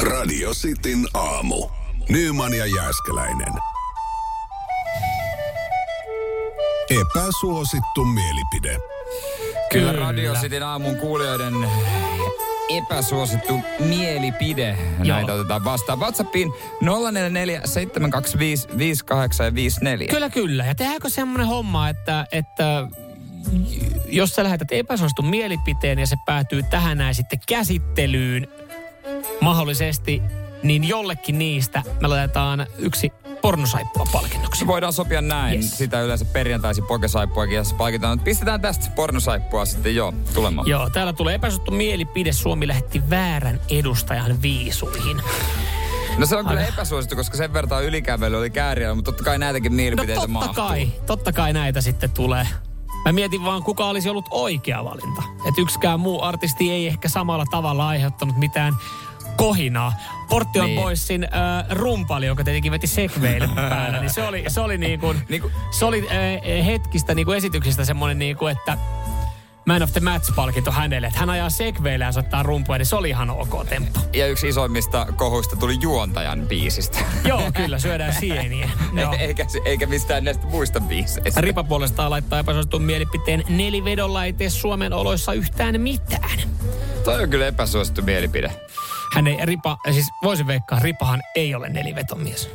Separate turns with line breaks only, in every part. Radio Cityn aamu. Nyman ja Jääskeläinen. Epäsuosittu mielipide.
Kyllä Radio Cityn aamun kuulijoiden epäsuosittu mielipide.
Joo.
Näitä otetaan vastaan WhatsAppiin 044 725 5854.
Kyllä, kyllä. Ja tehdäänkö semmoinen homma, että, että jos sä lähetät epäsuostun mielipiteen ja se päätyy tähän näin sitten käsittelyyn mahdollisesti, niin jollekin niistä me laitetaan yksi pornosaippua palkinnoksi.
Voidaan sopia näin.
Yes.
Sitä yleensä perjantaisin pokesaippuakin ja palkitaan. Mutta Pistetään tästä pornosaippua sitten jo tulemaan.
Joo, täällä tulee epäsuostun mielipide. Suomi lähetti väärän edustajan viisuihin.
No se on kyllä epäsuosittu, koska sen verran ylikävely oli kääriä, mutta totta kai näitäkin
No
mielipiteitä
totta
mahtuu.
kai, totta kai näitä sitten tulee. Mä mietin vaan, kuka olisi ollut oikea valinta. Että yksikään muu artisti ei ehkä samalla tavalla aiheuttanut mitään kohinaa. Portti on
Niin.
niin. poissin äh, rumpali, joka tietenkin veti segveille päällä. Niin se oli, se oli, niin kuin,
Niin kuin-
se oli äh, hetkistä niin kuin esityksestä semmoinen, niin kuin, että Man of the Match-palkinto hänelle. Että hän ajaa segveillä ja soittaa rumpua, niin se oli ihan ok temppu.
Ja yksi isoimmista kohuista tuli juontajan biisistä.
Joo, kyllä, syödään sieniä. Joo.
E- eikä, se- eikä mistään näistä muista biiseistä.
Ripa puolestaan laittaa epäsuositun mielipiteen nelivedolla ei tee Suomen oloissa yhtään mitään.
Toi on kyllä epäsuosittu mielipide.
Hän ei, Ripa, siis voisin veikkaa, Ripahan ei ole neliveton mies.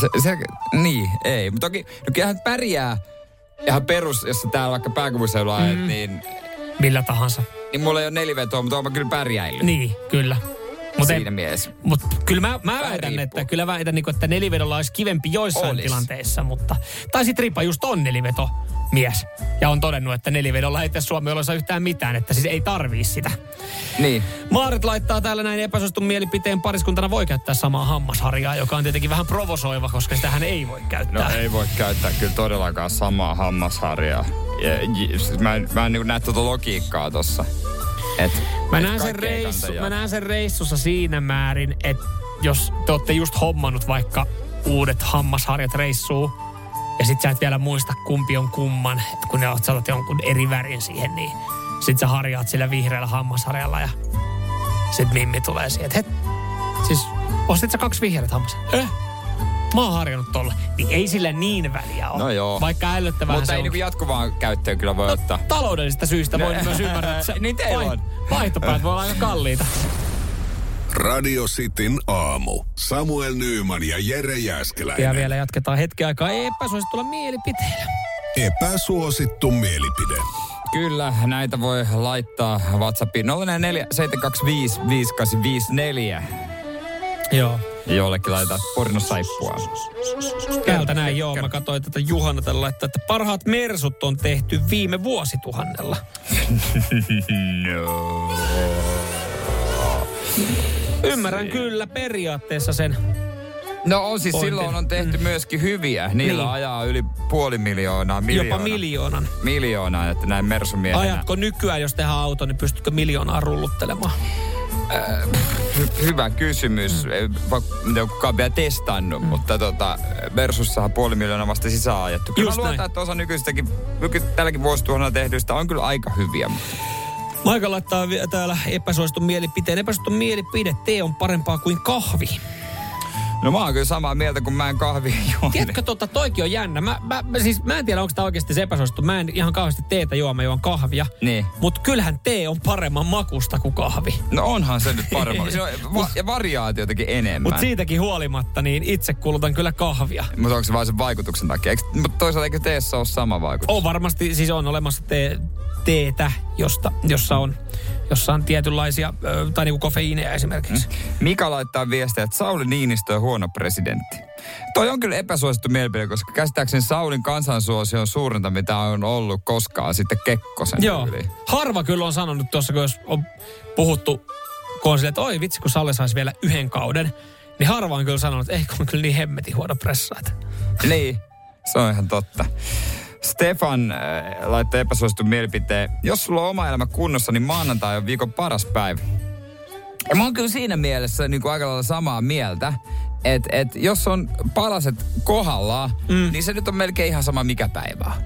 Se, se, niin, ei. Mutta toki, no kyllähän pärjää ihan perus, jos sä täällä vaikka pääkaupunkiseudulla mm. niin,
Millä tahansa.
niin mulla ei ole nelivetoa, mutta oon mä kyllä pärjäillyt.
Niin, kyllä. Mut
Siinä mielessä.
mut kyllä mä, mä väitän,
riippuu.
että, kyllä väitän, niinku, että nelivedolla olisi kivempi joissain
Olis.
tilanteissa, mutta... Tai sitten Ripa just on neliveto mies. Ja on todennut, että nelivedolla ei tee Suomen oloissa yhtään mitään, että siis ei tarvii sitä.
Niin.
Maarit laittaa täällä näin epäsuostun mielipiteen. Pariskuntana voi käyttää samaa hammasharjaa, joka on tietenkin vähän provosoiva, koska sitähän ei voi
No
käyttää.
ei voi käyttää kyllä todellakaan samaa hammasharjaa. Ja, j, siis mä en, mä en niin näe tuota logiikkaa tossa. Et,
mä,
et
näen sen
kaikkea ei kannata
reissu,
jaa-
mä näen sen reissussa siinä määrin, että jos te olette just hommannut vaikka uudet hammasharjat reissuun, ja sit sä et vielä muista kumpi on kumman, et kun ne oot saatat jonkun eri värin siihen, niin sit sä harjaat sillä vihreällä hammasharjalla ja sit Mimmi tulee siihen, että het, siis ostit sä kaksi vihreät hammas? Eh? Mä oon harjannut tolle. Niin ei sillä niin väliä ole.
No joo.
Vaikka ällöttävää
Mutta
se
ei
on.
niinku jatkuvaa käyttöön kyllä voi ottaa.
Taloudellisista syistä voin myös ymmärtää, että se-
Niin teillä
vai-
on.
vaihtopäät voi olla aika kalliita.
Radio Cityn aamu. Samuel Nyyman ja Jere Jääskeläinen.
Ja vielä jatketaan hetki aikaa epäsuositulla mielipiteellä.
Epäsuosittu mielipide.
Kyllä, näitä voi laittaa WhatsAppiin 044 725 5854.
Joo.
Jollekin laitetaan pornosaippua.
Täältä näin, joo. Mä katsoin tätä Juhana tällä laittaa, että parhaat mersut on tehty viime vuosituhannella.
No.
Ymmärrän kyllä periaatteessa sen.
No on siis
Pointin.
silloin on tehty myöskin hyviä. Niillä
Niin.
ajaa yli puoli miljoonaa. miljoona.
Jopa miljoonan.
Miljoonaa, että näin mersumiehenä.
Ajatko nykyään, jos tehdään auto, niin pystytkö miljoonaa rulluttelemaan?
Hy- hyvä kysymys. Ei va- Mitä on kukaan vielä testannut, mutta tota, versussahan puoli miljoonaa vasta sisään ajettu. Kyllä
Just
mä luotan,
näin.
että osa nykyistäkin, nyky, tälläkin vuosituhannella tehdyistä on kyllä aika hyviä.
Maika laittaa vi- täällä epäsuositun mielipiteen. Epäsuositun mielipide, tee on parempaa kuin kahvi.
No mä oon kyllä samaa mieltä, kun mä en kahvia juo.
Tiedätkö, tota, toikin on jännä. Mä, mä, mä, siis, mä en tiedä, onko tämä oikeasti se epäsuosittu. Mä en ihan kauheasti teetä juo, mä juon kahvia.
Niin.
Mutta kyllähän tee on paremman makusta kuin kahvi.
No onhan se nyt parempi. Siinä on va- No, ja variaatiotakin enemmän.
Mutta siitäkin huolimatta, niin itse kulutan kyllä kahvia.
Mutta onko se vain sen vaikutuksen takia? Eikö, mutta toisaalta eikö teessä ole sama vaikutus?
On varmasti, siis on olemassa tee, teetä, josta, jossa, on, jossa on tietynlaisia, ö, tai niinku kofeiineja esimerkiksi. Mm.
Mika laittaa viestiä, että Sauli Niinistö on huono presidentti. Toi on kyllä epäsuosittu mielipide, koska käsittääkseni Saulin kansansuosio on suurinta, mitä on ollut koskaan sitten Kekkosen
Joo.
tyyliin.
Harva kyllä on sanonut tuossa, kun jos on puhuttu, kun on silleen, että oi vitsi, kun Salle saisi vielä yhden kauden, niin harva on kyllä sanonut, että ei kun on kyllä niin hemmetin huono pressa. että-
Niin, se on ihan totta. Stefan äh, laittaa epäsuosittu mielipiteen. Jos sulla on oma elämä kunnossa, niin maanantai on viikon paras päivä. Ja mä oon kyllä siinä mielessä niin kuin aika lailla samaa mieltä, että et jos on palaset kohdallaan, mm. niin se nyt on melkein ihan sama mikä päivä on.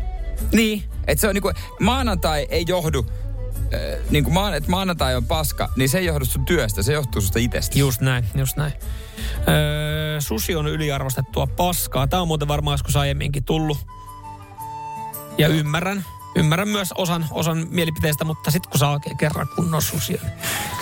Niin.
Et se on niinku, maanantai ei johdu äh, niin kuin maan, että maanantai on paska, niin se ei johdu sun työstä, se johtuu susta itsestä.
Just näin, just näin. Öö, susi on yliarvostettua paskaa. Tämä on muuten varmaan joskus aiemminkin tullut. Ja ymmärrän. Ymmärrän myös osan, osan mielipiteistä, mutta sitten kun saa oikein kerran kunnon susia. niin-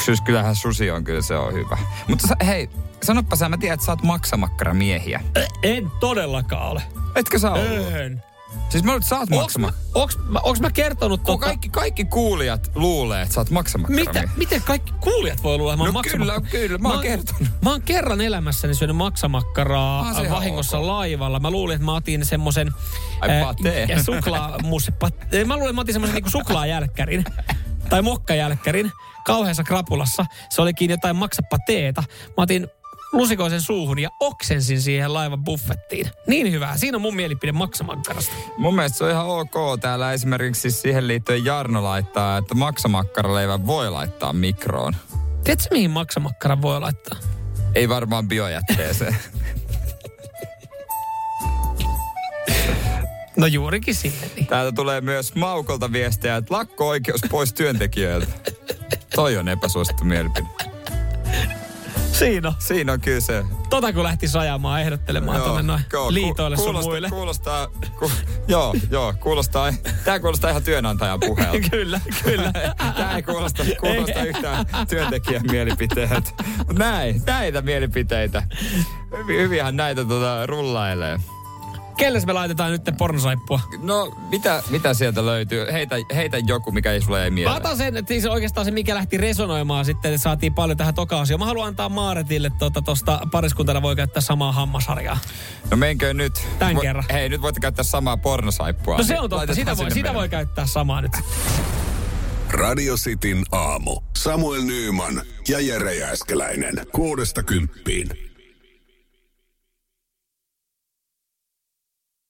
Siis kyllähän susi on, kyllä se on hyvä. Mutta sa, hei, sanoppa sä, mä tiedän, että sä oot maksamakkaramiehiä.
En todellakaan ole.
Etkö sä ole?
En.
Siis mä luulen, että sä oot
Onks mä,
maksama.
onks, mä, onks mä kertonut
Kun
tota,
kaikki, kaikki kuulijat luulee, että sä oot maksamakkaramiehiä.
Mitä, miten kaikki kuulijat voi luulla, että mä oon
niin. No kyllä,
maksamakkara?
kyllä, mä oon kertonut.
Mä oon kerran elämässäni syönyt maksamakkaraa
Ah,
ah,
sehän on
vahingossa okay. laivalla. Mä luulin, että mä otin semmosen...
Ai,
ää,
patee.
ja suklaamussi. pat- Mä luulin, että mä otin semmosen niinku suklaajälkkärin. tai mokkajälkkärin. Kauheassa krapulassa. Se olikin jotain maksapateeta. Mä otin lusikoisen suuhun ja oksensin siihen laivan buffettiin. Niin hyvää. Siinä on mun mielipide maksamakkarasta.
Mun mielestä se on ihan ok. Täällä esimerkiksi siis siihen liittyen Jarno laittaa, että maksamakkaraleivän voi laittaa mikroon.
Tiedätkö, mihin maksamakkara voi laittaa?
Ei varmaan biojätteeseen.
No juurikin sinne. Niin.
Täältä tulee myös Maukolta viestejä, että lakko-oikeus pois työntekijöiltä. Toi on epäsuosittu mielipide.
Siinä on.
Siinä on kyllä se.
Tota kun lähti sajamaan ehdottelemaan tuonne noin
joo, ku-
liitoille sun
kuulostaa,
muille.
Kuulostaa, ku, joo, joo, kuulostaa, tää kuulostaa ihan työnantajan puheelta.
kyllä, kyllä.
Tämä ei kuulosta, kuulosta yhtään työntekijän mielipiteet. Mut Näin, näitä mielipiteitä. Hyvi- Hyvinhän näitä tota, rullailee.
Kelles me laitetaan nyt pornosaippua?
No, mitä, mitä sieltä löytyy? Heitä, heitä joku, mikä ei sulle ei
Mä
mieleen.
otan sen, että siis oikeastaan se, mikä lähti resonoimaan sitten, että saatiin paljon tähän toka Mä haluan antaa Maaretille tuosta tota, pariskuntana voi käyttää samaa hammasharjaa.
No menkö nyt?
Tän
Voi-
kerran.
Hei, nyt voitte käyttää samaa pornosaippua.
No se on totta,
Laitetaan
sitä voi,
sinne
sitä
meille.
voi käyttää samaa nyt.
Radio Cityn aamu. Samuel Nyyman ja Jere Jääskeläinen. Kuudesta kymppiin.